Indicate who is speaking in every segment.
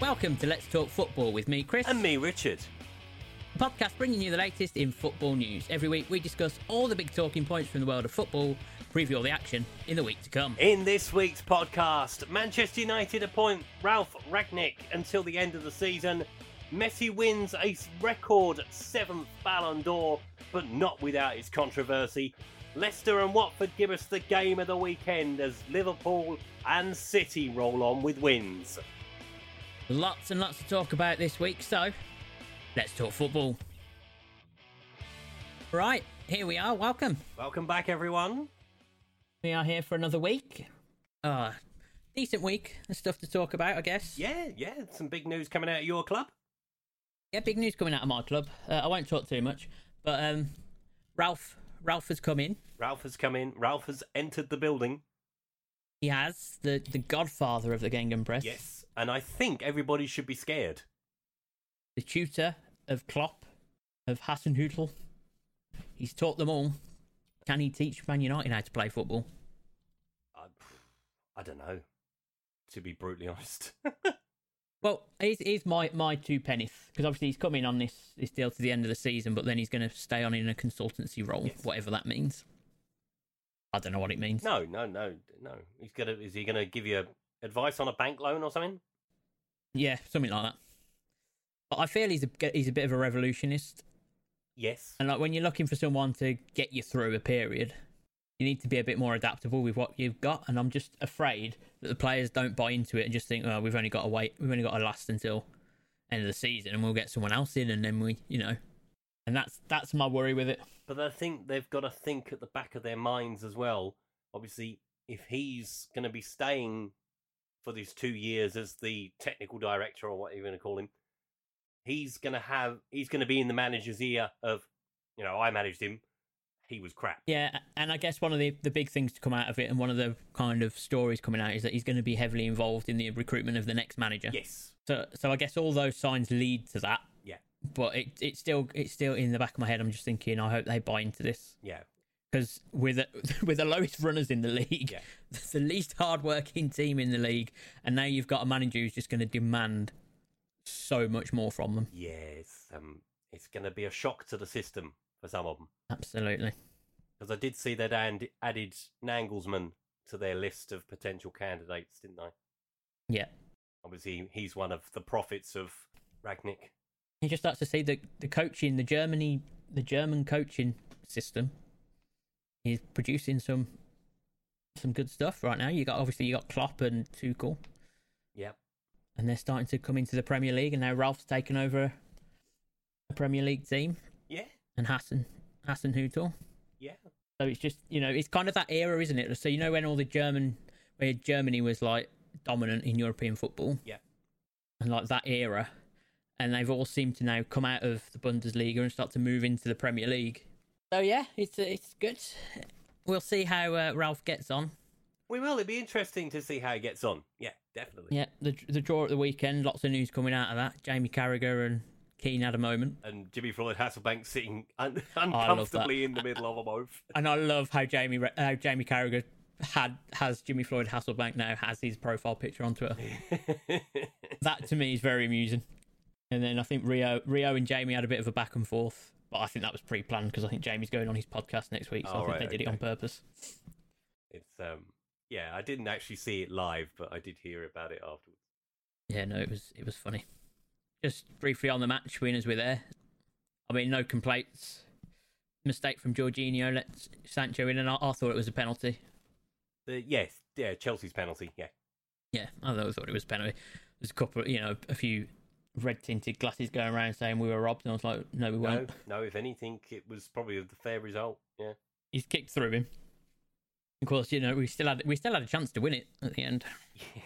Speaker 1: Welcome to Let's Talk Football with me, Chris.
Speaker 2: And me, Richard.
Speaker 1: A podcast bringing you the latest in football news. Every week we discuss all the big talking points from the world of football, preview all the action in the week to come.
Speaker 2: In this week's podcast, Manchester United appoint Ralph Ragnick until the end of the season. Messi wins a record seventh Ballon d'Or, but not without its controversy. Leicester and Watford give us the game of the weekend as Liverpool and City roll on with wins.
Speaker 1: Lots and lots to talk about this week, so let's talk football. Right, here we are. Welcome.
Speaker 2: Welcome back, everyone.
Speaker 1: We are here for another week. Uh, decent week and stuff to talk about, I guess.
Speaker 2: Yeah, yeah, some big news coming out of your club.
Speaker 1: Yeah, big news coming out of my club. Uh, I won't talk too much, but um, Ralph, Ralph has come in.
Speaker 2: Ralph has come in. Ralph has entered the building.
Speaker 1: He has the the godfather of the Gengham press.
Speaker 2: Yes, and I think everybody should be scared.
Speaker 1: the tutor of Klopp, of Hassenhutel. He's taught them all. Can he teach Man United how to play football?
Speaker 2: I, I don't know. To be brutally honest,
Speaker 1: Well, here's, here's my, my two pennies because obviously he's coming on this, this deal to the end of the season, but then he's going to stay on in a consultancy role,
Speaker 2: Yes.
Speaker 1: whatever that means. I don't know what it means.
Speaker 2: no, no, no, no. He's gonna. Is he gonna give you advice on a bank loan or something?
Speaker 1: Yeah, something like that. But I feel he's a he's a bit of a revolutionist,
Speaker 2: Yes.
Speaker 1: and like when you're looking for someone to get you through a period, you need to be a bit more adaptable with what you've got. And I'm just afraid that the players don't buy into it and just think, oh, we've only got to wait, we've only got to last until end of the season, and we'll get someone else in, and then we, you know, and that's that's my worry with it.
Speaker 2: But I think they've got to think at the back of their minds as well. Obviously, if he's going to be staying for these two years as the technical director or whatever you're going to call him, he's going to have he's going to be in the manager's ear of, you know, I managed him, he was crap.
Speaker 1: Yeah, and I guess one of the the big things to come out of it, and one of the kind of stories coming out, is that he's going to be heavily involved in the recruitment of the next manager.
Speaker 2: Yes,
Speaker 1: So, so I guess all those signs lead to that.
Speaker 2: Yeah.
Speaker 1: But it, it's still, it's still in the back of my head. I'm just thinking, I hope they buy into this
Speaker 2: yeah,
Speaker 1: because we're the, we're the lowest runners in the league,
Speaker 2: Yeah.
Speaker 1: the least hardworking team in the league, and now you've got a manager who's just going to demand so much more from them.
Speaker 2: yes. Um, it's going to be a shock to the system for some of them
Speaker 1: Absolutely.
Speaker 2: because I did see they'd and- added Nangelsman to their list of potential candidates, didn't I?
Speaker 1: Yeah.
Speaker 2: Obviously, he's one of the prophets of Ragnick.
Speaker 1: He just starts to see the the coaching, the Germany, the German coaching system is producing some some good stuff right now. You got obviously you got Klopp and Tuchel.
Speaker 2: Yep.
Speaker 1: and they're starting to come into the Premier League, and now Ralph's taken over a Premier League team,
Speaker 2: Yeah,
Speaker 1: and Hassan Hassan Hutel.
Speaker 2: yeah.
Speaker 1: So it's just you know it's kind of that era, isn't it? So you know when all the German where Germany was like dominant in European football,
Speaker 2: Yeah.
Speaker 1: and like that era, and they've all seemed to now come out of the Bundesliga and start to move into the Premier League. So yeah, it's it's good. We'll see how uh, Ralph gets on.
Speaker 2: We will. It'd be interesting to see how he gets on. Yeah, definitely.
Speaker 1: Yeah, the the draw at the weekend, lots of news coming out of that. Jamie Carragher and Keane had a moment.
Speaker 2: And Jimmy Floyd Hasselbank sitting un-
Speaker 1: I love that.
Speaker 2: uncomfortably in the middle of them both.
Speaker 1: and I love how Jamie how Jamie Carragher had has Jimmy Floyd Hasselbank now has his profile picture on Twitter. that to me is very amusing. And then I think Rio Rio and Jamie had a bit of a back and forth, but I think that was pre-planned because I think Jamie's going on his podcast next week, so I
Speaker 2: Oh,
Speaker 1: think
Speaker 2: right,
Speaker 1: they did it
Speaker 2: okay.
Speaker 1: on purpose.
Speaker 2: it's um, yeah. I didn't actually see it live, but I did hear about it afterwards.
Speaker 1: Yeah, no, it was it was funny. Just briefly on the match, winners were there. I mean, no complaints. Mistake from Jorginho lets Sancho in, and I, I thought it was a penalty.
Speaker 2: The, yes, yeah. Chelsea's penalty. Yeah,
Speaker 1: Yeah, I thought- thought it was penalty. There's a couple, you know, a few red tinted glasses going around saying we were robbed, and I was like, no, we
Speaker 2: no,
Speaker 1: weren't.
Speaker 2: no. If anything, it was probably the fair result. Yeah,
Speaker 1: He's kicked through him. Of course, you know, we still had we still had a chance to win it at the end.
Speaker 2: yeah.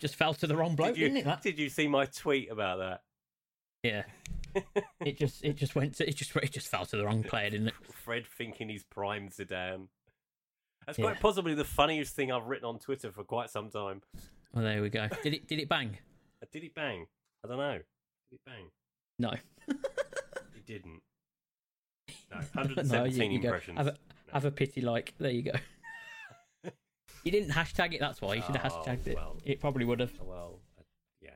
Speaker 1: Just fell to the wrong bloke,
Speaker 2: did you
Speaker 1: didn't it? That?
Speaker 2: did you see my tweet about that?
Speaker 1: Yeah. it just it just went to it just it just fell to the wrong player, didn't it?
Speaker 2: Fred thinking he's primed Zidane. That's
Speaker 1: Yeah.
Speaker 2: quite possibly the funniest thing I've written on Twitter for quite some time.
Speaker 1: Well, there we go. Did it did it bang?
Speaker 2: Uh, Did it bang? I don't know. Did it bang?
Speaker 1: No.
Speaker 2: It didn't. No,
Speaker 1: No,
Speaker 2: 117
Speaker 1: you- you go.
Speaker 2: impressions.
Speaker 1: Have a, have a pity like. There you go. you didn't hashtag it. That's why you should have
Speaker 2: Oh,
Speaker 1: hashtagged it.
Speaker 2: well.
Speaker 1: It probably would have.
Speaker 2: Well, uh, yeah.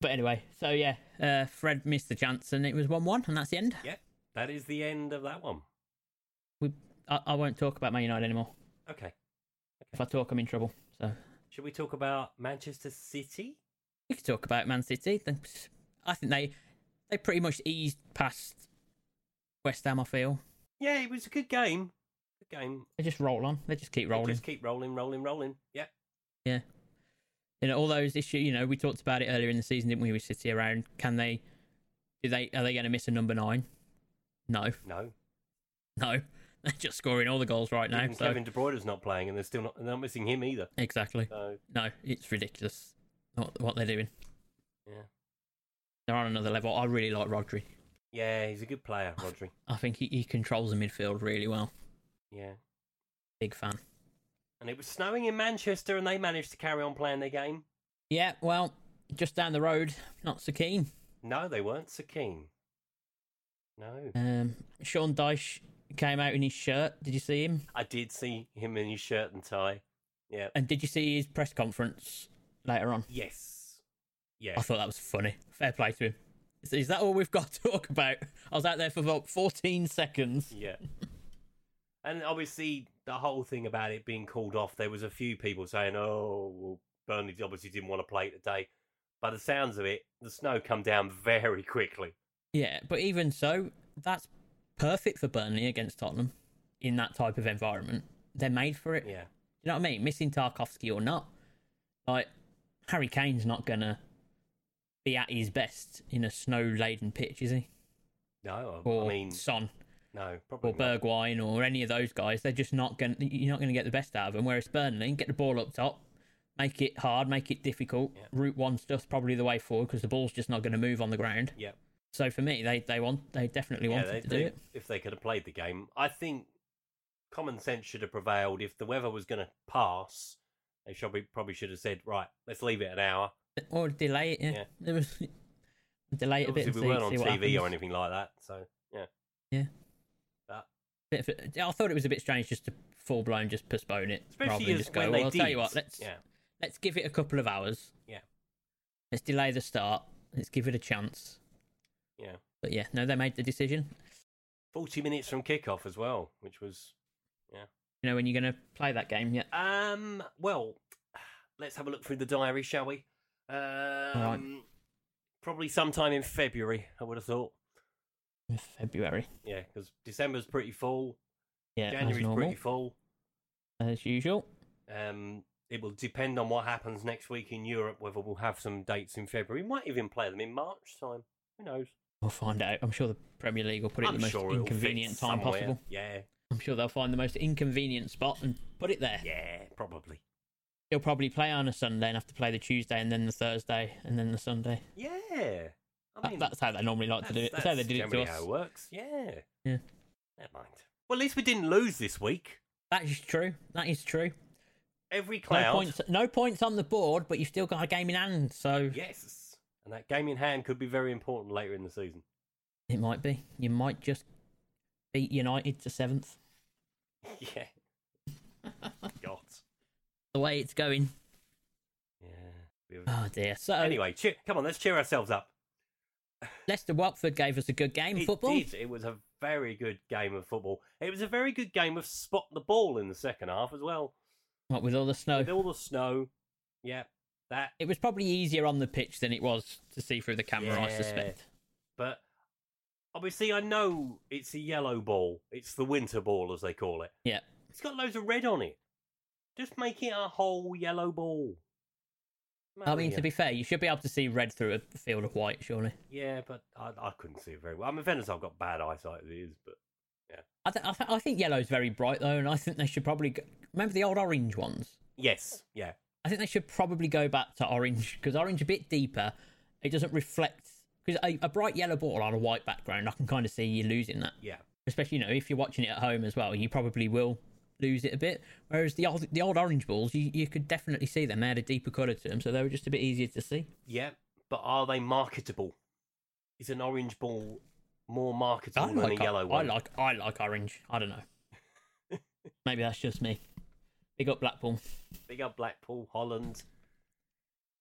Speaker 1: But anyway, so yeah, uh, Fred missed the chance and it was 1 1, and that's the end.
Speaker 2: Yeah, that is the end of that one.
Speaker 1: I, I won't talk about Man United anymore.
Speaker 2: Okay.
Speaker 1: If I talk, I'm in trouble. So
Speaker 2: Should we talk about Manchester City?
Speaker 1: we could talk about Man City. Then I think they they pretty much eased past West Ham, I feel.
Speaker 2: Yeah, it was a good game. Good game.
Speaker 1: They just roll on, they just keep
Speaker 2: They
Speaker 1: rolling.
Speaker 2: Just keep rolling, rolling, rolling. Yeah.
Speaker 1: you know all those issues you know we talked about it earlier in the season didn't we with city around can they do they are they going to miss a number nine no
Speaker 2: No.
Speaker 1: no they're just scoring all the goals right now
Speaker 2: Even
Speaker 1: so
Speaker 2: Kevin De Bruyne's not playing, and they're still not. They're not missing him either.
Speaker 1: exactly
Speaker 2: So
Speaker 1: no it's ridiculous what, what they're doing
Speaker 2: Yeah.
Speaker 1: they're on another level i really like rodri
Speaker 2: yeah, he's a good player, Rodri.
Speaker 1: i think he, he controls the midfield really well
Speaker 2: Yeah.
Speaker 1: big fan
Speaker 2: And it was snowing in Manchester, and they managed to carry on playing their game.
Speaker 1: yeah well just down the road not so keen
Speaker 2: No, they weren't so keen. No,
Speaker 1: um sean dyche came out in his shirt did you see him
Speaker 2: I did see him in his shirt and tie. Yeah.
Speaker 1: and did you see his press conference later on
Speaker 2: Yes.
Speaker 1: I
Speaker 2: Yes.
Speaker 1: thought that was funny. Fair play to him. Is, is that all we've got to talk about? I was out there for about 14 seconds.
Speaker 2: Yeah. And obviously, the whole thing about it being called off, there was a few people saying, "Oh, well, Burnley obviously didn't want to play today." By the sounds of it, the snow come down very quickly.
Speaker 1: Yeah, but even so, that's perfect for Burnley against Tottenham in that type of environment. They're made for it.
Speaker 2: Yeah.
Speaker 1: You know what I mean? Missing Tarkovsky or not, like Harry Kane's not gonna be at his best in a snow-laden pitch, is he?
Speaker 2: No, I-
Speaker 1: Or
Speaker 2: I mean,
Speaker 1: Son
Speaker 2: no, probably
Speaker 1: or
Speaker 2: not.
Speaker 1: Bergwijn or any of those guys. They're just not going. to You're not going to get the best out of them. Whereas Burnley get the ball up top, make it hard, make it difficult.
Speaker 2: Yeah.
Speaker 1: Route one stuff's probably the way forward because the ball's just not going to move on the ground.
Speaker 2: Yep.
Speaker 1: So for me, they they want they definitely
Speaker 2: Yeah,
Speaker 1: wanted
Speaker 2: they,
Speaker 1: to do
Speaker 2: they-
Speaker 1: it.
Speaker 2: if they could have played the game, I think common sense should have prevailed. If the weather was going to pass, they should be, probably should have said, "Right, let's leave it an hour."
Speaker 1: Or delay it. Yeah.
Speaker 2: Yeah.
Speaker 1: There was delay it a bit.
Speaker 2: Obviously,
Speaker 1: And
Speaker 2: we
Speaker 1: see,
Speaker 2: weren't on
Speaker 1: see what
Speaker 2: TV or
Speaker 1: happens.
Speaker 2: anything like that, so yeah,
Speaker 1: Bit of- I thought it was a bit strange just to full blown just postpone it rather
Speaker 2: especially
Speaker 1: than
Speaker 2: as
Speaker 1: just
Speaker 2: when
Speaker 1: go.
Speaker 2: they
Speaker 1: Well, I'll
Speaker 2: did.
Speaker 1: tell you what. Let's
Speaker 2: Yeah,
Speaker 1: let's give it a couple of hours.
Speaker 2: Yeah.
Speaker 1: Let's delay the start. Let's give it a chance.
Speaker 2: Yeah.
Speaker 1: But yeah, no, they made the decision.
Speaker 2: forty minutes from kickoff as well, which was
Speaker 1: You know when you're going to play that game yet?
Speaker 2: um. Well, let's have a look through the diary, shall we? Um, Probably sometime in February, I would have thought.
Speaker 1: In February.
Speaker 2: Yeah, because December's pretty full.
Speaker 1: Yeah, as
Speaker 2: January's
Speaker 1: normal
Speaker 2: pretty full.
Speaker 1: as usual.
Speaker 2: Um, it will depend on what happens next week in Europe, whether we'll have some dates in February. We might even play them in March time. Who knows?
Speaker 1: We'll find out. I'm sure the Premier League will put it
Speaker 2: I'm
Speaker 1: in the most
Speaker 2: sure it'll fit
Speaker 1: inconvenient time
Speaker 2: somewhere.
Speaker 1: possible.
Speaker 2: Yeah,
Speaker 1: I'm sure they'll find the most inconvenient spot and put it there.
Speaker 2: yeah, probably.
Speaker 1: He'll probably play on a Sunday and have to play the Tuesday and then the Thursday and then the Sunday.
Speaker 2: Yeah. I
Speaker 1: That-
Speaker 2: mean,
Speaker 1: that's how they normally like to do it. That's how they did it to
Speaker 2: generally how
Speaker 1: us.
Speaker 2: it works. Yeah.
Speaker 1: Yeah.
Speaker 2: Never mind. Well, at least we didn't lose this week.
Speaker 1: That is true. That is true.
Speaker 2: Every cloud.
Speaker 1: No points, no points on the board, but you've still got a game in hand, so
Speaker 2: Yes. And that game in hand could be very important later in the season.
Speaker 1: it might be. You might just beat United to seventh.
Speaker 2: yeah. God.
Speaker 1: The way it's going.
Speaker 2: Yeah. We have-
Speaker 1: Oh dear. So
Speaker 2: Anyway, cheer- come on, let's cheer ourselves up.
Speaker 1: Leicester Watford gave us a good game of
Speaker 2: It
Speaker 1: football.
Speaker 2: did. It was a very good game of football. It was a very good game of spot the ball in the second half as well.
Speaker 1: What with all the snow.
Speaker 2: With all the snow, yeah, that.
Speaker 1: It was probably easier on the pitch than it was to see through the camera, I
Speaker 2: Yeah.
Speaker 1: suspect.
Speaker 2: But obviously, I know it's a yellow ball. It's the winter ball, as they call it.
Speaker 1: Yeah.
Speaker 2: It's got loads of red on it. Just make it a whole yellow ball.
Speaker 1: I mean, to
Speaker 2: Maria.
Speaker 1: be fair, you should be able to see red through a field of white, surely.
Speaker 2: Yeah, but I, I couldn't see it very well. I'm offended I've got bad eyesight as it is, but.
Speaker 1: I, th- I, th- I think yellow's very bright, though, and I think they should probably. Go- Remember the old orange ones?
Speaker 2: Yes, yeah.
Speaker 1: I think they should probably go back to orange, because orange a bit deeper. It doesn't reflect. Because a, a bright yellow ball on a white background, I can kind of see you losing that.
Speaker 2: Yeah.
Speaker 1: Especially, you know, if you're watching it at home as well, you probably will lose it a bit. Whereas the old the old orange balls, you, you could definitely see them. They had a deeper colour to them, so they were just a bit easier to see.
Speaker 2: Yeah, but are they marketable? Is an orange ball more marketable than a yellow one?
Speaker 1: I like I like orange. I don't know. Maybe that's just me. Big up Blackpool.
Speaker 2: Big up Blackpool, Holland,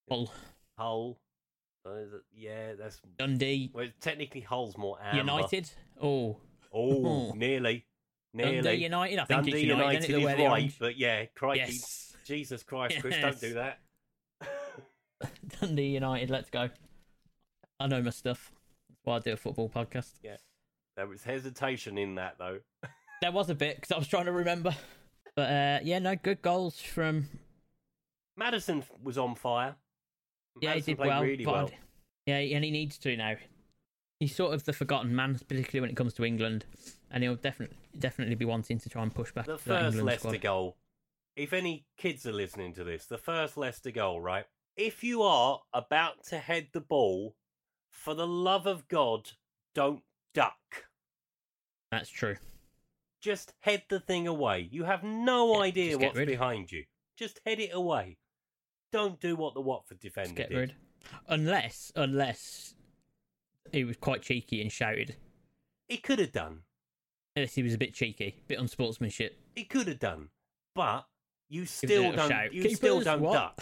Speaker 1: Well,
Speaker 2: Hull. Uh, th- yeah, that's
Speaker 1: Dundee,
Speaker 2: well. It technically holds more amber.
Speaker 1: United. Oh,
Speaker 2: Oh,
Speaker 1: Oh.
Speaker 2: nearly, nearly.
Speaker 1: Dundee United. I think
Speaker 2: Dundee
Speaker 1: it's United.
Speaker 2: United
Speaker 1: isn't it? They
Speaker 2: is
Speaker 1: wear the
Speaker 2: right,
Speaker 1: orange.
Speaker 2: but yeah, crikey,
Speaker 1: Yes,
Speaker 2: Jesus Christ, Chris, don't
Speaker 1: Yes.
Speaker 2: do that.
Speaker 1: Dundee United. Let's go. I know my stuff. That's why I do a football podcast.
Speaker 2: There was hesitation in that though.
Speaker 1: There was a bit because I was trying to remember. But uh, yeah, no good goals from.
Speaker 2: Madison was on fire.
Speaker 1: Yeah,
Speaker 2: Madison
Speaker 1: he did
Speaker 2: played
Speaker 1: well.
Speaker 2: really
Speaker 1: but I-
Speaker 2: well.
Speaker 1: yeah, and he needs to now. He's sort of the forgotten man, particularly when it comes to England, and he'll definitely definitely be wanting to try and push back
Speaker 2: The
Speaker 1: to that
Speaker 2: first
Speaker 1: England
Speaker 2: Leicester
Speaker 1: squad.
Speaker 2: goal. If any kids are listening to this, the first Leicester goal, right? If you are about to head the ball, for the love of God, don't duck.
Speaker 1: That's true.
Speaker 2: Just head the thing away. You have no
Speaker 1: Yeah,
Speaker 2: idea
Speaker 1: just get
Speaker 2: what's
Speaker 1: rid of it.
Speaker 2: behind you. Just head it away. Don't do what the Watford defender
Speaker 1: Just get
Speaker 2: did.
Speaker 1: rid. Unless, unless he was quite cheeky and shouted.
Speaker 2: He could have done.
Speaker 1: Unless he was a bit cheeky, bit unsportsmanship.
Speaker 2: He could have done. But you
Speaker 1: Give us a
Speaker 2: still
Speaker 1: little
Speaker 2: don't.
Speaker 1: shout.
Speaker 2: You
Speaker 1: Keepers,
Speaker 2: still don't
Speaker 1: what?
Speaker 2: duck.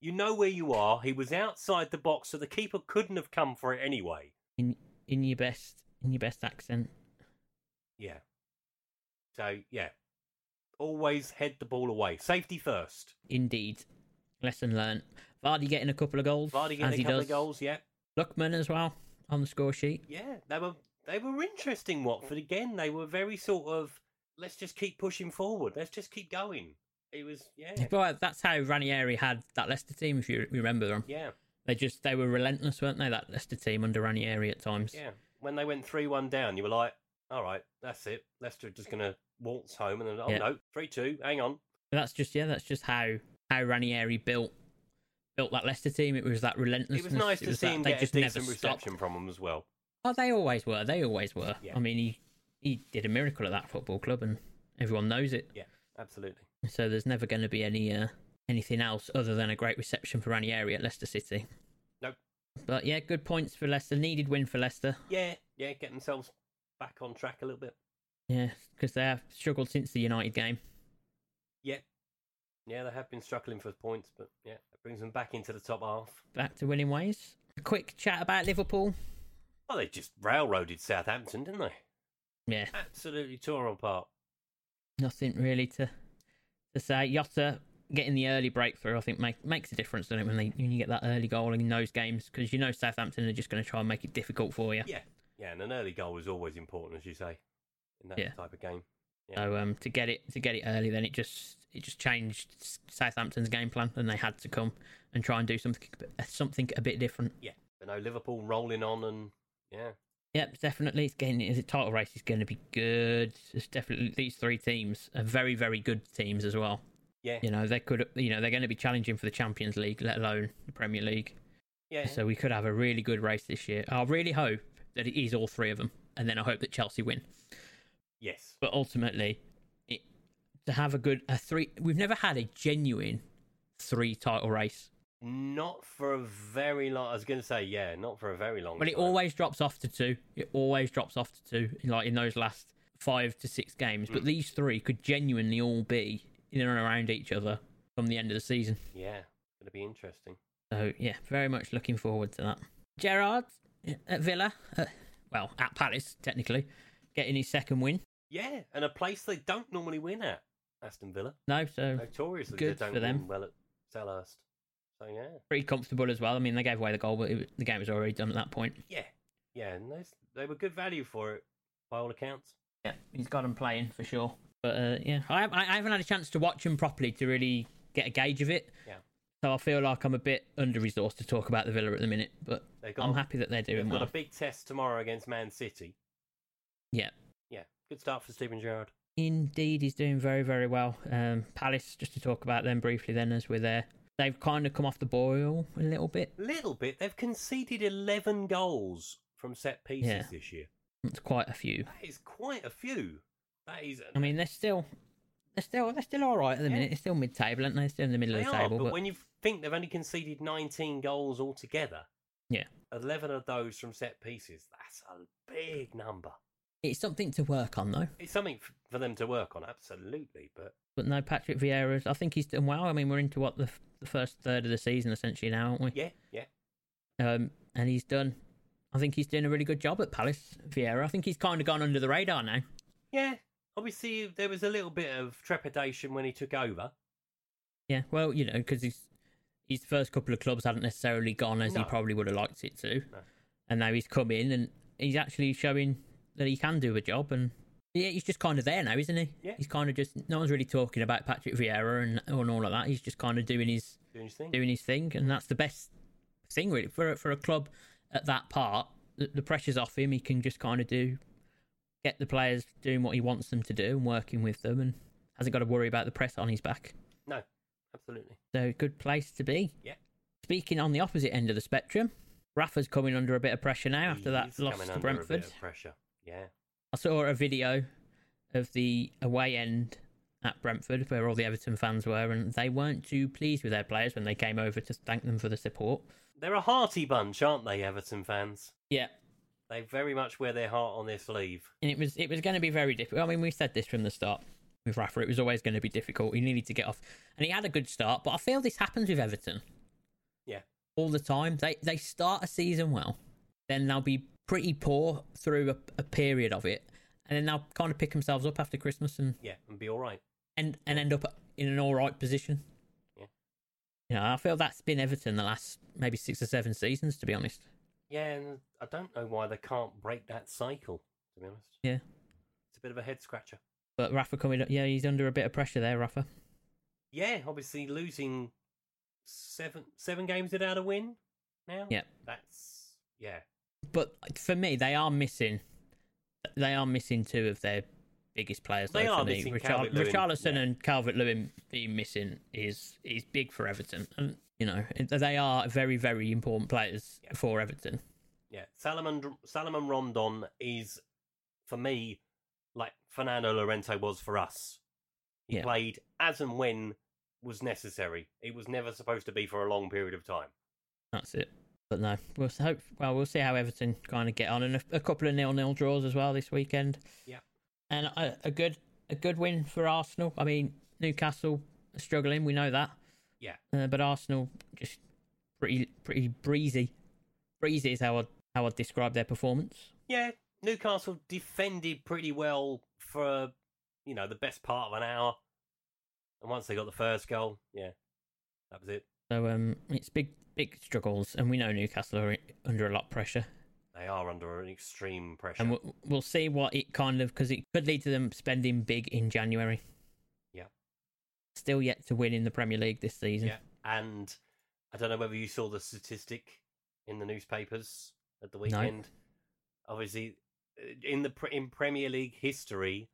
Speaker 2: You know where you are. He was outside the box, so the keeper couldn't have come for it anyway.
Speaker 1: In in your best in your best accent.
Speaker 2: Yeah. So yeah, always head the ball away. Safety first.
Speaker 1: Indeed. Lesson learned. Vardy getting a couple of goals.
Speaker 2: Vardy
Speaker 1: as
Speaker 2: getting
Speaker 1: he
Speaker 2: a couple
Speaker 1: does.
Speaker 2: of goals. Yeah,
Speaker 1: Luckman as well on the score sheet.
Speaker 2: yeah. They were they were interesting. Watford again. They were very sort of let's just keep pushing forward. Let's just keep going. It was yeah
Speaker 1: But that's how Ranieri had that Leicester team, if you remember them.
Speaker 2: yeah
Speaker 1: They just they were relentless, weren't they? That Leicester team under Ranieri at times.
Speaker 2: yeah. When they went three one down, you were like, all right, that's it. Leicester are just gonna waltz home, and then oh
Speaker 1: Yeah.
Speaker 2: no, three two. Hang on.
Speaker 1: But that's just yeah, that's just how how Ranieri built built that Leicester team. It was that relentlessness.
Speaker 2: It was nice to
Speaker 1: was
Speaker 2: see
Speaker 1: that-
Speaker 2: him
Speaker 1: they
Speaker 2: get
Speaker 1: just
Speaker 2: a
Speaker 1: never
Speaker 2: decent
Speaker 1: stopped.
Speaker 2: reception from him as well.
Speaker 1: Oh, they always were. They always were.
Speaker 2: Yeah.
Speaker 1: I mean, he he did a miracle at that football club, and everyone knows it.
Speaker 2: Absolutely.
Speaker 1: So there's never going to be any uh, anything else other than a great reception for Ranieri at Leicester City.
Speaker 2: Nope.
Speaker 1: But yeah, good points for Leicester. Needed win for Leicester.
Speaker 2: Yeah, yeah. Get themselves back on track a little bit.
Speaker 1: Yeah, because they have struggled since the United game.
Speaker 2: Yeah, they have been struggling for points, but yeah, that brings them back into the top half.
Speaker 1: Back to winning ways. A quick chat about Liverpool.
Speaker 2: Well, they just railroaded Southampton, didn't they?
Speaker 1: Yeah,
Speaker 2: Absolutely tore 'em apart.
Speaker 1: nothing really to to say. Yotta getting the early breakthrough, I think, make, makes a difference, doesn't it? When, they, when you get that early goal in those games, because you know Southampton are just going to try and make it difficult for you.
Speaker 2: Yeah. Yeah, and an early goal is always important, as you say, in that
Speaker 1: Yeah.
Speaker 2: type of game.
Speaker 1: So um, to get it to get it early, then it just it just changed S- Southampton's game plan, and they had to come and try and do something a bit- uh, something a bit different.
Speaker 2: But no, Liverpool rolling on, and yeah,
Speaker 1: Yep, definitely. It's getting the title race is going to be good. It's definitely these three teams are very very good teams as well.
Speaker 2: yeah,
Speaker 1: You know they could you know they're going to be challenging for the Champions League, let alone the Premier League.
Speaker 2: yeah.
Speaker 1: So we could have a really good race this year. I really hope that it is all three of them, and then I hope that Chelsea win.
Speaker 2: yes,
Speaker 1: but ultimately it, to have a good a three we've never had a genuine three title race
Speaker 2: not for a very long. I was going to say, yeah, not for a very long.
Speaker 1: but it
Speaker 2: time.
Speaker 1: always drops off to two it always drops off to two like in those last five to six games but these three could genuinely all be in and around each other from the end of the season
Speaker 2: yeah, going to be interesting.
Speaker 1: so yeah very much looking forward to that gerard at villa uh, well at palace technically getting his second win
Speaker 2: Yeah, and a place they don't normally win at Aston Villa.
Speaker 1: no so
Speaker 2: Notoriously,
Speaker 1: Mm. Good
Speaker 2: they don't
Speaker 1: for them.
Speaker 2: win well at Selhurst. So yeah.
Speaker 1: pretty comfortable as well i mean they gave away the goal but it, was- the game was already done at that point
Speaker 2: Yeah, yeah, and those they were good value for it by all accounts.
Speaker 1: Yeah, he's got him playing for sure. But uh, yeah, I, I I haven't had a chance to watch him properly to really get a gauge of it.
Speaker 2: Yeah.
Speaker 1: So I feel like I'm a bit under resourced to talk about the Villa at the minute, but
Speaker 2: They got
Speaker 1: I'm happy that they're
Speaker 2: they've
Speaker 1: doing
Speaker 2: got
Speaker 1: well.
Speaker 2: a big test tomorrow against Man City.
Speaker 1: Yeah.
Speaker 2: yeah, good start for Stephen Gerrard.
Speaker 1: Indeed, he's doing very, very well. Um, Palace, just to talk about them briefly, then as we're there, they've kind of come off the boil a little bit.
Speaker 2: Little bit they've conceded eleven goals from set pieces
Speaker 1: Yeah.
Speaker 2: this year.
Speaker 1: It's quite a few.
Speaker 2: That is quite a few. That is.
Speaker 1: I mean, they're still, they're still, they're still all right at the
Speaker 2: Yeah.
Speaker 1: minute. They're still mid-table, aren't they? Still in the middle
Speaker 2: They
Speaker 1: of the
Speaker 2: are,
Speaker 1: table.
Speaker 2: but, when you think they've only conceded 19 goals altogether,
Speaker 1: Yeah.
Speaker 2: 11 of those from set pieces, that's a big number.
Speaker 1: it's something to work on, though.
Speaker 2: It's something f- for them to work on, absolutely, but
Speaker 1: But no, Patrick Vieira's. I think he's done well. I mean, we're into what the, f- the first third of the season essentially now, aren't we?
Speaker 2: yeah, yeah.
Speaker 1: Um, and he's done. I think he's doing a really good job at Palace, Vieira. I think he's kind of gone under the radar now.
Speaker 2: Yeah, obviously there was a little bit of trepidation when he took over.
Speaker 1: Yeah, well, you know, because his his first couple of clubs hadn't necessarily gone as he
Speaker 2: No.
Speaker 1: probably would have liked it to,
Speaker 2: No.
Speaker 1: and now he's come in and he's actually showing that he can do a job, and yeah, he's just kind of there now, isn't he?
Speaker 2: Yeah.
Speaker 1: he's kind of just no one's really talking about Patrick Vieira and and all of that. He's just kind of doing his
Speaker 2: Doing his thing.
Speaker 1: doing his thing, and that's the best thing really for a- for a club at that part. The, the pressure's off him; he can just kind of do get the players doing what he wants them to do and working with them, and hasn't got to worry about the press on his back.
Speaker 2: No, absolutely.
Speaker 1: So good place to be.
Speaker 2: Yeah.
Speaker 1: Speaking on the opposite end of the spectrum, Rafa's coming under a bit of pressure now after that
Speaker 2: He's
Speaker 1: loss
Speaker 2: coming
Speaker 1: to
Speaker 2: under a bit
Speaker 1: Brentford.
Speaker 2: of pressure. Yeah.
Speaker 1: I saw a video of the away end at Brentford where all the Everton fans were, and they weren't too pleased with their players when they came over to thank them for the support.
Speaker 2: They're a hearty bunch, aren't they, Everton fans?
Speaker 1: Yeah,
Speaker 2: They very much wear their heart on their sleeve.
Speaker 1: and it was it was going to be very difficult. I mean, we said this from the start with Rafa; it was always going to be difficult. He needed to get off, and he had a good start. But I feel this happens with Everton.
Speaker 2: Yeah.
Speaker 1: all the time. They they start a season well, then they'll be pretty poor through a, a period of it, and then they'll kind of pick themselves up after Christmas and
Speaker 2: Yeah, and be all right.
Speaker 1: and, and end up in an all right position.
Speaker 2: Yeah.
Speaker 1: You know, I feel that's been Everton the last maybe six or seven seasons, to be honest.
Speaker 2: Yeah, and I don't know why they can't break that cycle, to be honest.
Speaker 1: Yeah.
Speaker 2: It's a bit of a head scratcher.
Speaker 1: But Rafa coming up, yeah, he's under a bit of pressure there, Rafa.
Speaker 2: Yeah, obviously losing seven seven games without a win now.
Speaker 1: Yeah.
Speaker 2: That's yeah.
Speaker 1: But for me, they are missing, they are missing two of their biggest players.
Speaker 2: They
Speaker 1: though,
Speaker 2: are
Speaker 1: for me.
Speaker 2: missing
Speaker 1: Richar-
Speaker 2: Calvert-Lewin,
Speaker 1: Richarlison
Speaker 2: yeah.
Speaker 1: and Calvert Lewin being missing is is big for Everton, and you know they are very very important players
Speaker 2: Yeah.
Speaker 1: for Everton.
Speaker 2: Yeah, Salomon Salomon Rondon is for me like Fernando Llorente was for us. He
Speaker 1: Yeah.
Speaker 2: played as and when was necessary. It was never supposed to be for a long period of time.
Speaker 1: That's it. But no, we'll s- hope. Well, we'll see how Everton kind of get on, and a, a couple of nil-nil draws as well this weekend.
Speaker 2: Yeah.
Speaker 1: and a, a good a good win for Arsenal. I mean, Newcastle are struggling, we know that.
Speaker 2: Yeah.
Speaker 1: uh, but Arsenal just pretty pretty breezy. Breezy is how I how I would describe their performance.
Speaker 2: Yeah, Newcastle defended pretty well for you know the best part of an hour, and once they got the first goal, yeah, that was it.
Speaker 1: So um, it's big big struggles, and we know Newcastle are under a lot of pressure.
Speaker 2: They are under an extreme pressure.
Speaker 1: And we'll, we'll see what it kind of because it could lead to them spending big in January.
Speaker 2: Yeah.
Speaker 1: Still yet to win in the Premier League this season.
Speaker 2: Yeah, and I don't know whether you saw the statistic in the newspapers at the weekend. Obviously, uh, in the pre- in Premier League history,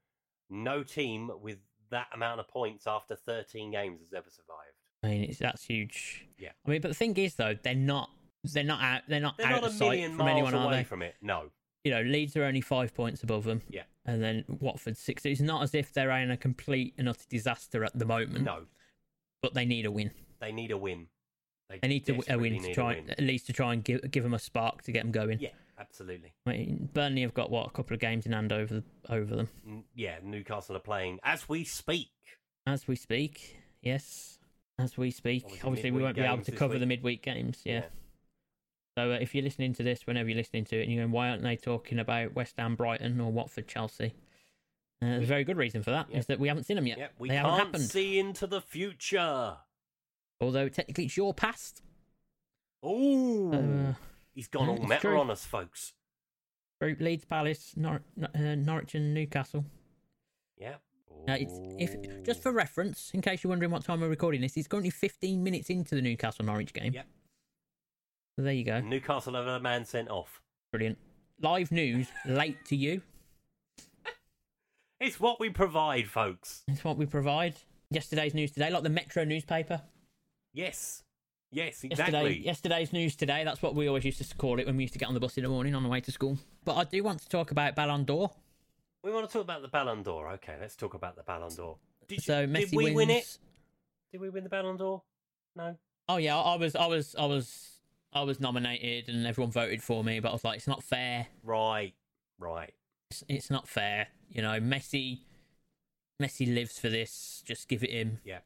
Speaker 2: no team with that amount of points after 13 games has ever survived.
Speaker 1: I mean, it's that's huge.
Speaker 2: Yeah.
Speaker 1: I mean, but the thing is though, they're not they're not out they're not
Speaker 2: They're
Speaker 1: out
Speaker 2: not a
Speaker 1: of sight
Speaker 2: million
Speaker 1: from
Speaker 2: miles
Speaker 1: anyone, are
Speaker 2: away
Speaker 1: they?
Speaker 2: from it. No,
Speaker 1: You know, Leeds are only five points above them.
Speaker 2: Yeah.
Speaker 1: And then Watford six. It's not as if they're in a complete and utter disaster at the moment.
Speaker 2: no,
Speaker 1: But they need a win.
Speaker 2: they need a win.
Speaker 1: They need to w- a
Speaker 2: desperately
Speaker 1: win to
Speaker 2: need
Speaker 1: try
Speaker 2: win.
Speaker 1: at least to try and uh, give give them a spark to get them going.
Speaker 2: Yeah, absolutely.
Speaker 1: I mean, Burnley have got what a couple of games in hand over over them.
Speaker 2: N- Yeah, Newcastle are playing as we speak.
Speaker 1: As we speak, yes. As we speak,
Speaker 2: Obviously,
Speaker 1: obviously, we
Speaker 2: midweek
Speaker 1: won't be able
Speaker 2: games
Speaker 1: to
Speaker 2: this
Speaker 1: cover
Speaker 2: week.
Speaker 1: the midweek games. Yeah. So uh, if you're listening to this, whenever you're listening to it, and you're going, why aren't they talking about West Ham, Brighton, or Watford, Chelsea? Uh, there's a very good reason for that is
Speaker 2: Yeah.
Speaker 1: that we haven't seen them
Speaker 2: Yeah,
Speaker 1: yet.
Speaker 2: we
Speaker 1: they haven't
Speaker 2: can't
Speaker 1: happened.
Speaker 2: see into the future.
Speaker 1: Although technically it's your past.
Speaker 2: Oh,
Speaker 1: Uh,
Speaker 2: he's gone
Speaker 1: yeah,
Speaker 2: all
Speaker 1: it's
Speaker 2: meta
Speaker 1: true.
Speaker 2: on us, folks.
Speaker 1: Group Leeds, Palace, Nor- Nor- uh, Norwich, and Newcastle.
Speaker 2: Yeah.
Speaker 1: Uh, it's, if just for reference, in case you're wondering what time we're recording this, it's currently 15 minutes into the Newcastle Norwich game.
Speaker 2: Yep.
Speaker 1: So there you go.
Speaker 2: Newcastle have a man sent off.
Speaker 1: Brilliant. Live news late to you.
Speaker 2: It's what we provide, folks.
Speaker 1: It's what we provide. Yesterday's news today, like the Metro newspaper.
Speaker 2: Yes. Yes,
Speaker 1: Yesterday,
Speaker 2: exactly.
Speaker 1: yesterday's news today. That's what we always used to call it when we used to get on the bus in the morning on the way to school. But I do want to talk about Ballon d'Or.
Speaker 2: We want to talk about the Ballon d'Or. Okay, let's talk about the Ballon d'Or. Did,
Speaker 1: So
Speaker 2: you,
Speaker 1: Messi
Speaker 2: did we
Speaker 1: wins.
Speaker 2: win it? Did we win the Ballon d'Or? No.
Speaker 1: Oh yeah, I I was, I was, I was, I was nominated, and everyone voted for me. But I was like, it's not fair.
Speaker 2: Right. Right.
Speaker 1: It's, it's not fair. You know, Messi, Messi lives for this. Just give it him.
Speaker 2: Yeah.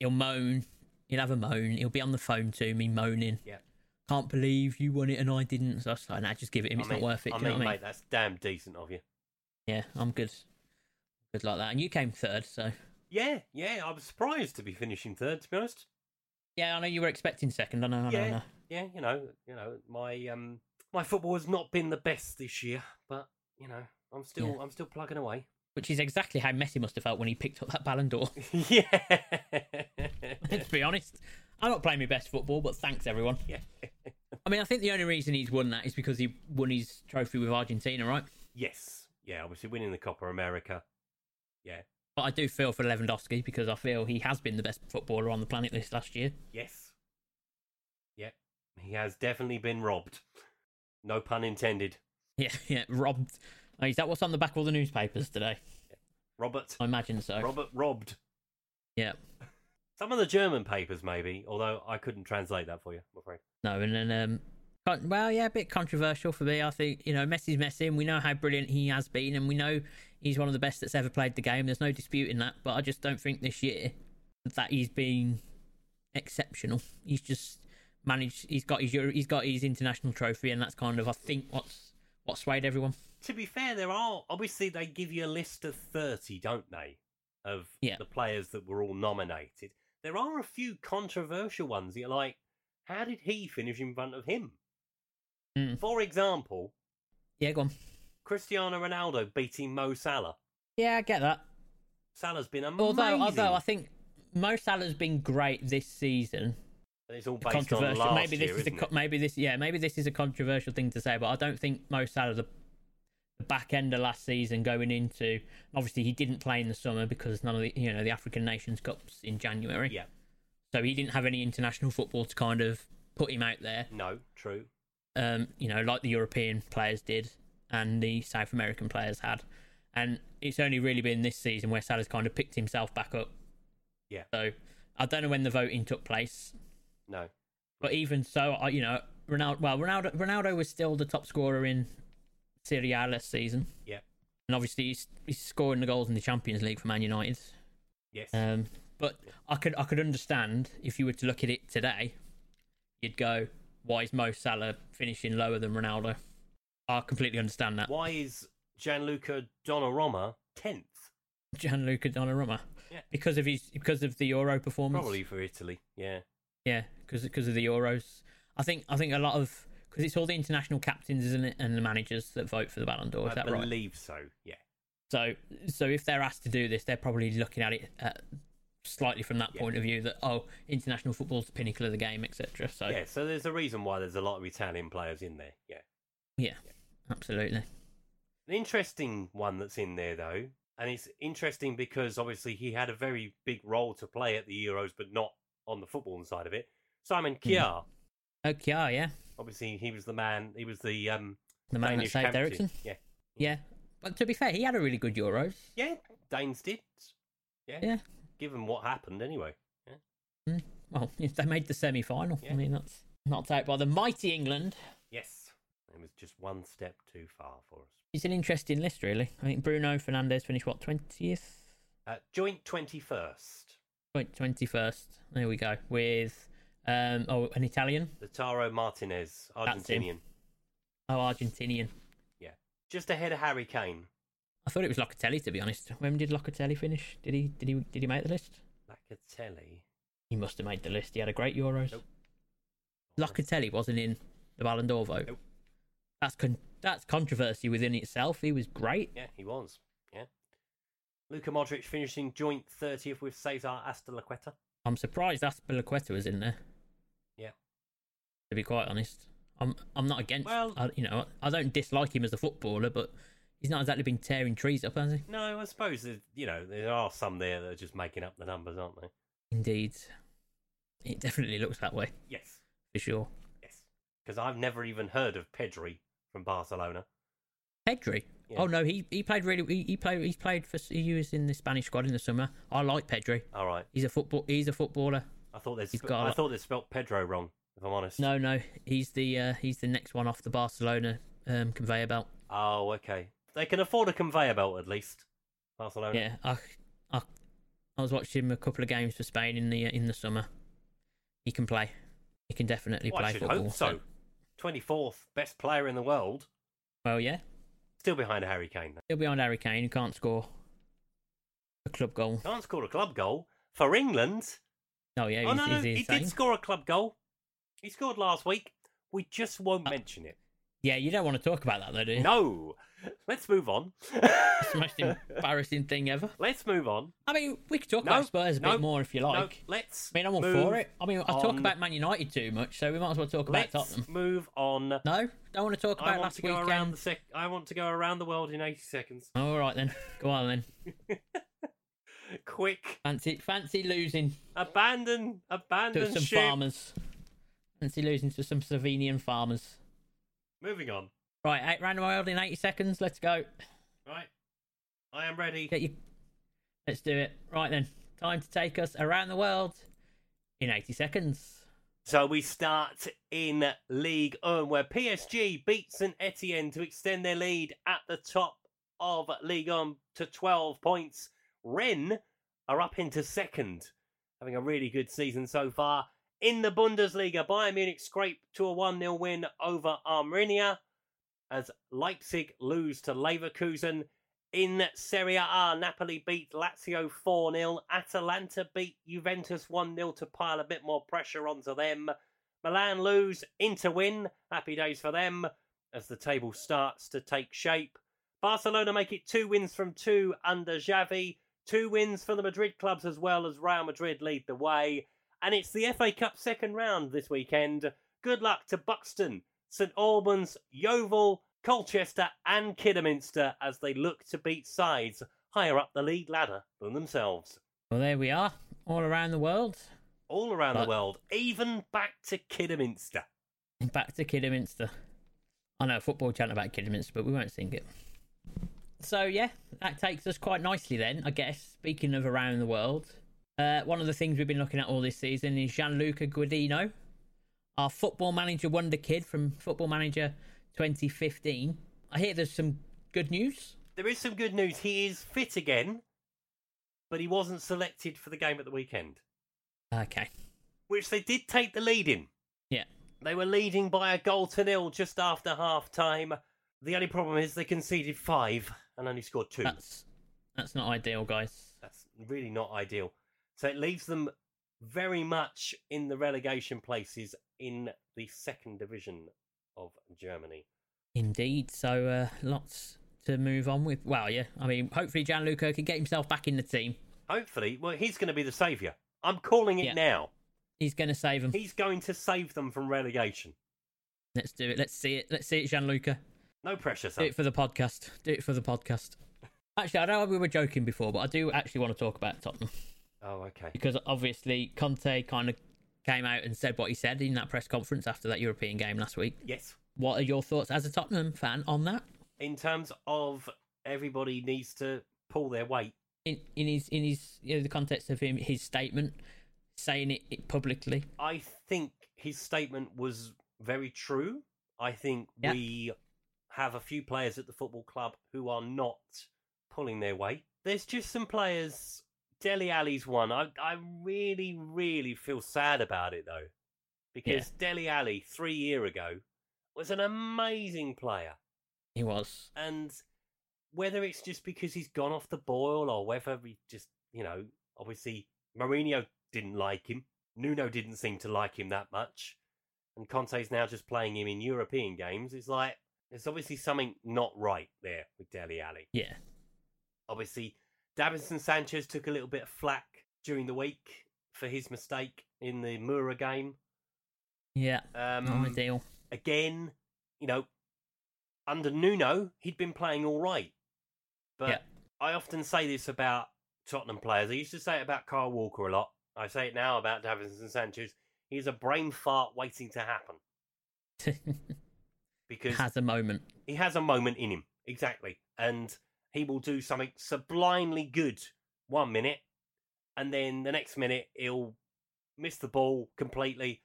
Speaker 1: He'll moan. He'll have a moan. He'll be on the phone to me moaning.
Speaker 2: Yeah.
Speaker 1: Can't believe you won it and I didn't. So I was like, nah, just give it him.
Speaker 2: I
Speaker 1: It's
Speaker 2: mean-
Speaker 1: not worth it.
Speaker 2: I
Speaker 1: do you
Speaker 2: mean,
Speaker 1: know what I mean?
Speaker 2: mate, that's damn decent of you.
Speaker 1: Yeah, I'm good. Good like that. And you came third, so
Speaker 2: Yeah, yeah, I was surprised to be finishing third, to be honest.
Speaker 1: yeah, I know you were expecting second. I know, I know, I
Speaker 2: yeah,
Speaker 1: know.
Speaker 2: yeah, you know, you know, my um, my football has not been the best this year, but you know, I'm still, I'm still plugging away.
Speaker 1: Which is exactly how Messi must have felt when he picked up that Ballon d'Or.
Speaker 2: yeah,
Speaker 1: Let's be honest. I'm not playing my best football, but thanks everyone.
Speaker 2: Yeah.
Speaker 1: I mean, I think the only reason he's won that is because he won his trophy with Argentina, right?
Speaker 2: yes, yeah. Obviously, winning the Copa America.
Speaker 1: But I do feel for Lewandowski because I feel he has been the best footballer on the planet this last year.
Speaker 2: Yes. Yeah, he has definitely been robbed. No pun intended,
Speaker 1: Yeah, yeah, robbed. Oh, Is that what's on the back of all the newspapers today?
Speaker 2: Robert.
Speaker 1: I imagine so.
Speaker 2: Robert robbed.
Speaker 1: Yeah.
Speaker 2: Some of the German papers, maybe, although I couldn't translate that for you, I'm afraid.
Speaker 1: No, and then um, con- well, yeah, a bit controversial for me. I think you know Messi's Messi, and we know how brilliant he has been, and we know he's one of the best that's ever played the game. There's no disputing that, but I just don't think this year that he's been exceptional. He's just managed. He's got his Euro, he's got his international trophy, and that's kind of I think what's what swayed everyone.
Speaker 2: to be fair, there are obviously they give you a list of thirty, don't they, of
Speaker 1: Yeah.
Speaker 2: the players that were all nominated. There are a few controversial ones. that You're like, how did he finish in front of him?
Speaker 1: Mm.
Speaker 2: For example,
Speaker 1: Yeah, go on.
Speaker 2: Cristiano Ronaldo beating Mo Salah.
Speaker 1: Yeah, I get that.
Speaker 2: Salah's been amazing.
Speaker 1: Although, although I think Mo Salah's been great this season,
Speaker 2: And it's all
Speaker 1: a
Speaker 2: based on last
Speaker 1: maybe this
Speaker 2: year,
Speaker 1: is a
Speaker 2: isn't
Speaker 1: co-
Speaker 2: it?
Speaker 1: maybe this yeah maybe this is a controversial thing to say, but I don't think Mo Salah the, the back end of last season going into obviously he didn't play in the summer because none of the you know the African Nations Cups in January,
Speaker 2: Yeah,
Speaker 1: so he didn't have any international football to kind of put him out there.
Speaker 2: no, true.
Speaker 1: Um, you know, like the European players did and the South American players had, and it's only really been this season where Salah's kind of picked himself back up.
Speaker 2: Yeah.
Speaker 1: So I don't know when the voting took place.
Speaker 2: No,
Speaker 1: But even so, I you know Ronaldo. Well, Ronaldo Ronaldo was still the top scorer in Serie A last season,
Speaker 2: yeah,
Speaker 1: and obviously he's, he's scoring the goals in the Champions League for Man United.
Speaker 2: yes,
Speaker 1: Um, but I could I could understand if you were to look at it today, you'd go, why is Mo Salah finishing lower than Ronaldo? I completely understand that.
Speaker 2: Why is Gianluca Donnarumma tenth?
Speaker 1: Gianluca Donnarumma,
Speaker 2: Yeah.
Speaker 1: because of his because of the Euro performance.
Speaker 2: Probably for Italy. Yeah,
Speaker 1: Yeah, because of the Euros. I think I think a lot of because it's all the international captains, isn't it, and the managers that vote for the Ballon d'Or. Is
Speaker 2: I
Speaker 1: that right?
Speaker 2: believe so. Yeah,
Speaker 1: So so if they're asked to do this, they're probably looking at it uh slightly from that
Speaker 2: Yeah.
Speaker 1: point of view that oh, international football's the pinnacle of the game, etc. So
Speaker 2: yeah. So there's a reason why there's a lot of Italian players in there. Yeah.
Speaker 1: absolutely,
Speaker 2: An interesting one that's in there though, and it's interesting because obviously he had a very big role to play at the Euros, but not on the football side of it. Simon
Speaker 1: Hmm.
Speaker 2: Kjær,
Speaker 1: okay, oh, yeah,
Speaker 2: obviously he was the man. He was the um,
Speaker 1: the man that
Speaker 2: Danish
Speaker 1: saved
Speaker 2: captain.
Speaker 1: Ericsson.
Speaker 2: Yeah,
Speaker 1: Yeah, but to be fair, he had a really good Euros.
Speaker 2: yeah. Danes did. Yeah.
Speaker 1: Yeah.
Speaker 2: Given what happened, anyway.
Speaker 1: Well, if they made the semi-final.
Speaker 2: Yeah.
Speaker 1: I mean, that's knocked out by the mighty England.
Speaker 2: Yes, it was just one step too far for us.
Speaker 1: It's an interesting list, really. I think Bruno Fernandez finished what twentieth,
Speaker 2: Uh, joint twenty-first,
Speaker 1: twenty-first. There we go with um oh an Italian,
Speaker 2: Lautaro Martinez,
Speaker 1: That's him.
Speaker 2: Argentinian,
Speaker 1: oh Argentinian.
Speaker 2: just ahead of Harry Kane.
Speaker 1: I thought it was Locatelli to be honest. When did Locatelli finish? Did he did he did he make the list?
Speaker 2: Lacatelli.
Speaker 1: He must have made the list. He had a great Euros.
Speaker 2: Nope.
Speaker 1: Locatelli wasn't in the Ballon d'Or vote.
Speaker 2: Nope.
Speaker 1: That's con- that's controversy within itself. He was great.
Speaker 2: Yeah, he was. Yeah. Luka Modric finishing joint 30th with Cesar Astolaqueta.
Speaker 1: I'm surprised Aspilaqueta was in there.
Speaker 2: Yeah.
Speaker 1: To be quite honest, I'm I'm not against.
Speaker 2: Well-
Speaker 1: I, you know, I don't dislike him as a footballer, but he's not exactly been tearing trees up, has he?
Speaker 2: No, I suppose, that, you know, there are some there that are just making up the numbers, aren't they?
Speaker 1: Indeed, it definitely looks that way
Speaker 2: Yes,
Speaker 1: for sure.
Speaker 2: yes. Because I've never even heard of Pedri from Barcelona.
Speaker 1: Pedri.
Speaker 2: Yeah.
Speaker 1: Oh no, he, he played really. He, he played. He's played for. He was in the Spanish squad in the summer. I like Pedri.
Speaker 2: All right.
Speaker 1: He's a football. He's a footballer.
Speaker 2: I thought they
Speaker 1: He's
Speaker 2: sp-
Speaker 1: got a
Speaker 2: I
Speaker 1: lot-
Speaker 2: thought they spelt Pedro wrong, if I'm honest.
Speaker 1: No, no, he's the uh, he's the next one off the Barcelona um, conveyor belt.
Speaker 2: Oh, okay. They can afford a conveyor belt at least. Barcelona.
Speaker 1: Yeah, I, I uh, I was watching a couple of games for Spain in the in the summer. He can play. He can definitely
Speaker 2: Well,
Speaker 1: play
Speaker 2: Oh, I should
Speaker 1: football.
Speaker 2: hope so. Twenty fourth best player in the world,
Speaker 1: Well, yeah,
Speaker 2: still behind Harry Kane. Though.
Speaker 1: still behind Harry Kane, who can't score a club goal.
Speaker 2: Can't score a club goal for England.
Speaker 1: No, yeah,
Speaker 2: Oh
Speaker 1: he's,
Speaker 2: no, no,
Speaker 1: he's
Speaker 2: he
Speaker 1: insane.
Speaker 2: did score a club goal. He scored last week. We just won't
Speaker 1: Uh,
Speaker 2: mention it.
Speaker 1: Yeah, you don't want to talk about that though, do you?
Speaker 2: No. Let's move on.
Speaker 1: It's the most embarrassing thing ever.
Speaker 2: Let's move on.
Speaker 1: I mean, we could talk
Speaker 2: No,
Speaker 1: about Spurs a
Speaker 2: no,
Speaker 1: bit more if you like.
Speaker 2: No, let's.
Speaker 1: I mean, I'm all
Speaker 2: move
Speaker 1: for it. I mean, I talk
Speaker 2: on.
Speaker 1: about Man United too much, so we might as well talk about
Speaker 2: Let's
Speaker 1: Tottenham.
Speaker 2: move on.
Speaker 1: No, don't want to talk
Speaker 2: I
Speaker 1: about
Speaker 2: want
Speaker 1: last
Speaker 2: to go around
Speaker 1: weekend.
Speaker 2: the sec- I want to go around the world in 80 seconds.
Speaker 1: All right then, go on then.
Speaker 2: Quick.
Speaker 1: Fancy, fancy losing
Speaker 2: Abandon.
Speaker 1: to
Speaker 2: Abandon
Speaker 1: some
Speaker 2: ship.
Speaker 1: farmers. Fancy losing to some Slovenian farmers.
Speaker 2: Moving on.
Speaker 1: Right, eight round the world in 80 seconds. Let's go.
Speaker 2: Right. I am ready.
Speaker 1: Get you. Let's do it. Right then, time to take us around the world in 80 seconds.
Speaker 2: So we start in League One, where PSG beat St Etienne to extend their lead at the top of League One to 12 points. Rennes are up into second, having a really good season so far. In the Bundesliga, Bayern Munich scrape to a 1 0 win over Arminia as Leipzig lose to Leverkusen. In Serie A, Napoli beat Lazio 4 0. Atalanta beat Juventus 1 0 to pile a bit more pressure onto them. Milan lose, Inter win. Happy days for them as the table starts to take shape. Barcelona make it two wins from two under Xavi. Two wins for the Madrid clubs as well as Real Madrid lead the way. And it's the FA Cup second round this weekend. Good luck to Buxton, St Albans, Yeovil, Colchester, and Kidderminster as they look to beat sides higher up the league ladder than themselves.
Speaker 1: Well, there we are, all around the world.
Speaker 2: All around
Speaker 1: But-
Speaker 2: the world, even back to Kidderminster.
Speaker 1: Back to Kidderminster. I know a football chant about Kidderminster, but we won't sing it. So yeah, that takes us quite nicely then, I guess. Speaking of around the world, uh, one of the things we've been looking at all this season is Gianluca Guidino, our football manager wonder kid from Football Manager 2015. I hear there's some good news.
Speaker 2: There is some good news. He is fit again, but he wasn't selected for the game at the weekend,
Speaker 1: Okay,
Speaker 2: which they did take the lead in.
Speaker 1: yeah,
Speaker 2: They were leading by a goal to nil just after half time. The only problem is they conceded five and only scored two.
Speaker 1: that's that's not ideal, guys.
Speaker 2: That's really not ideal. So it leaves them very much in the relegation places in the second division of Germany.
Speaker 1: Indeed. So uh, lots to move on with. Well, yeah. I mean, hopefully Gianluca can get himself back in the team.
Speaker 2: Hopefully, well, he's going to be the saviour. I'm calling it
Speaker 1: Yeah.
Speaker 2: now.
Speaker 1: He's going to save him.
Speaker 2: He's going to save them from relegation.
Speaker 1: Let's do it. Let's see it. Let's see it, Gianluca.
Speaker 2: No pressure,
Speaker 1: Do
Speaker 2: son.
Speaker 1: it for the podcast. Do it for the podcast. Actually, I know we were joking before, but I do actually want to talk about Tottenham
Speaker 2: Oh, okay.
Speaker 1: because obviously Conte kind of came out and said what he said in that press conference after that European game last week.
Speaker 2: Yes.
Speaker 1: What are your thoughts as a Tottenham fan on that?
Speaker 2: In terms of everybody needs to pull their weight.
Speaker 1: In in his in his you know, the context of him his statement saying it, it publicly.
Speaker 2: I think his statement was very true. I think
Speaker 1: Yeah.
Speaker 2: we have a few players at the football club who are not pulling their weight. There's just some players. Deli Ali's one. I I really really feel sad about it though, because Deli Ali three year ago was an amazing player,
Speaker 1: He was
Speaker 2: and whether it's just because he's gone off the boil or whether we just you know obviously Mourinho didn't like him. Nuno didn't seem to like him that much. And Conte's now just playing him in European games. It's like, there's obviously something not right there with Deli Alley.
Speaker 1: yeah.
Speaker 2: Obviously, Davinson Sanchez took a little bit of flack during the week for his mistake in the Mura game.
Speaker 1: Yeah,
Speaker 2: Um,
Speaker 1: not ideal.
Speaker 2: again, you know, under Nuno, he'd been playing all right. But
Speaker 1: Yeah.
Speaker 2: I often say this about Tottenham players. I used to say it about Kyle Walker a lot. I say it now about Davinson Sanchez. He's a brain fart waiting to happen because
Speaker 1: Has a moment.
Speaker 2: he has a moment in him. Exactly. And he will do something sublimely good one minute, and then the next minute he'll miss the ball completely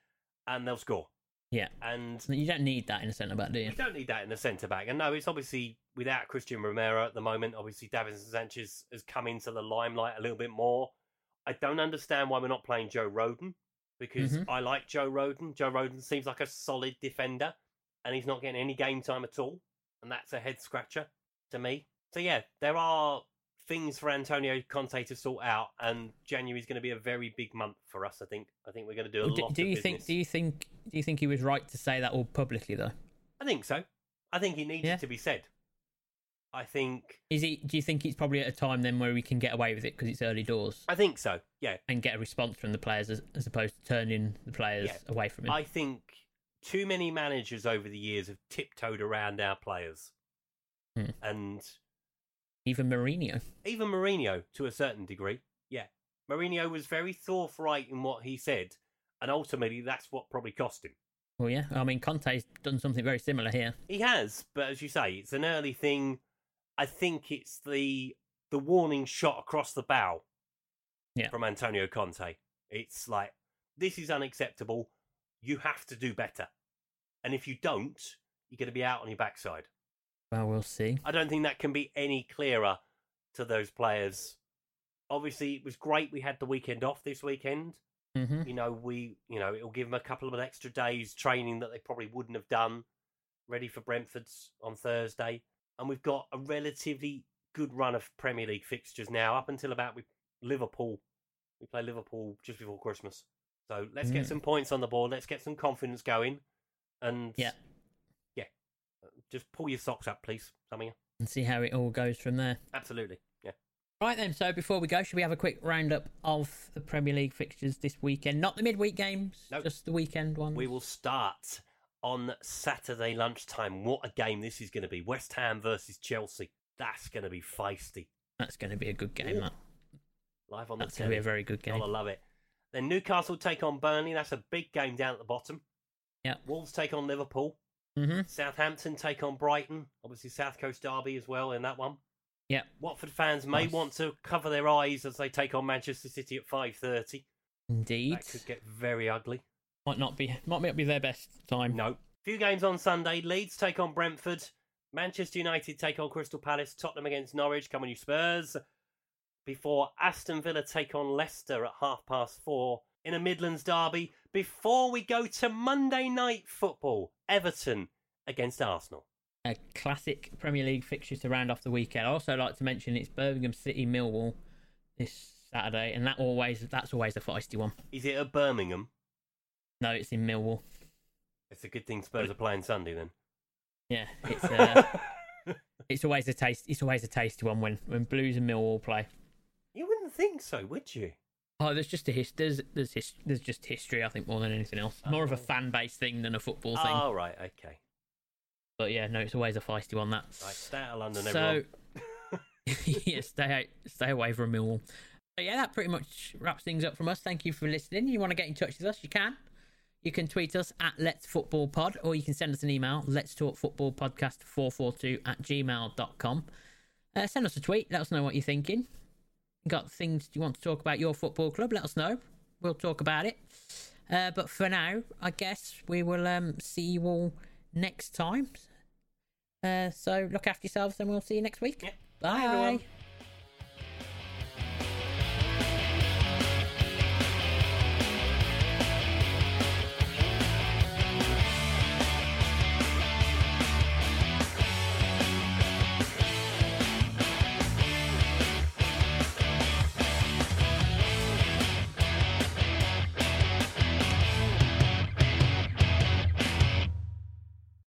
Speaker 2: and they'll score.
Speaker 1: Yeah.
Speaker 2: And
Speaker 1: You don't need that in a centre back, do you?
Speaker 2: We don't need that in the centre back. And no, it's obviously without Christian Romero at the moment. Obviously, Davinson Sanchez has come into the limelight a little bit more. I don't understand why we're not playing Joe Roden. because
Speaker 1: Mhm.
Speaker 2: I like Joe Roden. Joe Roden seems like a solid defender, and he's not getting any game time at all, and that's a head scratcher to me. So yeah, there are things for Antonio Conte to sort out, and January is going to be a very big month for us. I think. I think we're going to do a
Speaker 1: Well, do,
Speaker 2: lot.
Speaker 1: do
Speaker 2: of
Speaker 1: you
Speaker 2: business.
Speaker 1: think? Do you think? Do you think he was right to say that all publicly though?
Speaker 2: I think so. I think it needs
Speaker 1: Yeah.
Speaker 2: to be said. I think.
Speaker 1: Is he? Do you think it's probably at a time then where we can get away with it because it's early doors
Speaker 2: I think so. Yeah.
Speaker 1: and get a response from the players as, as opposed to turning the players
Speaker 2: Yeah.
Speaker 1: away from him?
Speaker 2: I think too many managers over the years have tiptoed around our players,
Speaker 1: Hmm.
Speaker 2: and
Speaker 1: Even Mourinho.
Speaker 2: even Mourinho to a certain degree. Yeah, Mourinho was very forthright in what he said, and ultimately that's what probably cost him.
Speaker 1: Well, yeah. I mean, Conte's done something very similar here.
Speaker 2: He has, but as you say, it's an early thing. I think it's the the warning shot across the bow
Speaker 1: Yeah.
Speaker 2: from Antonio Conte. It's like this is unacceptable. You have to do better, and if you don't, you're going to be out on your backside.
Speaker 1: Well, we'll see.
Speaker 2: I don't think that can be any clearer to those players. Obviously, it was great we had the weekend off this weekend.
Speaker 1: hmm
Speaker 2: You know, we, you know, it'll give them a couple of extra days training that they probably wouldn't have done, ready for Brentford's on Thursday. And we've got a relatively good run of Premier League fixtures now, up until about we Liverpool. We play Liverpool just before Christmas. So let's get
Speaker 1: Mm.
Speaker 2: some points on the board. Let's get some confidence going. And
Speaker 1: Yeah.
Speaker 2: yeah, just pull your socks up, please, some of you.
Speaker 1: And see how it all goes from there.
Speaker 2: Absolutely. Yeah.
Speaker 1: Right then, so before we go, should we have a quick roundup of the Premier League fixtures this weekend? Not the midweek games,
Speaker 2: Nope.
Speaker 1: just the weekend ones.
Speaker 2: We will start on Saturday lunchtime. What a game this is going to be. West Ham versus Chelsea. That's going to be feisty.
Speaker 1: That's going to be a good game.
Speaker 2: Ooh,
Speaker 1: that.
Speaker 2: Live on the
Speaker 1: That's going to be a
Speaker 2: telly.
Speaker 1: very good game.
Speaker 2: Gotta love it. Then Newcastle take on Burnley. That's a big game down at the bottom.
Speaker 1: Yeah.
Speaker 2: Wolves take on Liverpool.
Speaker 1: Mm-hmm.
Speaker 2: Southampton take on Brighton. Obviously, South Coast Derby as well in that one.
Speaker 1: Yeah.
Speaker 2: Watford fans may
Speaker 1: Nice.
Speaker 2: want to cover their eyes as they take on Manchester City at 5.30.
Speaker 1: Indeed.
Speaker 2: That could get very ugly.
Speaker 1: Might not be might not be their best time.
Speaker 2: No. Few games on Sunday. Leeds take on Brentford. Manchester United take on Crystal Palace. Tottenham against Norwich. Come on, you Spurs. Before Aston Villa take on Leicester at half past four in a Midlands derby. Before we go to Monday night football, Everton against Arsenal.
Speaker 1: A classic Premier League fixture to round off the weekend. I also like to mention it's Birmingham City Millwall this Saturday, and that always that's always a feisty one.
Speaker 2: Is it at Birmingham?
Speaker 1: No, it's in Millwall.
Speaker 2: It's a good thing Spurs are playing Sunday then.
Speaker 1: Yeah, it's uh, it's always a taste. It's always a tasty one when when Blues and Millwall play.
Speaker 2: you wouldn't think so, would you?
Speaker 1: Oh, there's just a his- there's there's, his- there's just history. I think more than anything else, more of a fan base thing than a football thing.
Speaker 2: Oh, right, okay.
Speaker 1: But yeah, no, it's always a feisty one. That
Speaker 2: Right, stay out of London,
Speaker 1: so
Speaker 2: everyone.
Speaker 1: yeah, stay out, stay away from Millwall. But yeah, that pretty much wraps things up from us. Thank you for listening. You want to get in touch with us? You can. You can tweet us at Let's Football Pod, or you can send us an email, Let's Talk Football Podcast 442 at gmail.com. Uh, send us a tweet. Let us know what you're thinking. Got things you want to talk about your football club? Let us know. We'll talk about it. Uh, but for now, I guess we will um, see you all next time. Uh, so look after yourselves, and we'll see you next week.
Speaker 2: Yeah.
Speaker 1: Bye.
Speaker 2: everyone.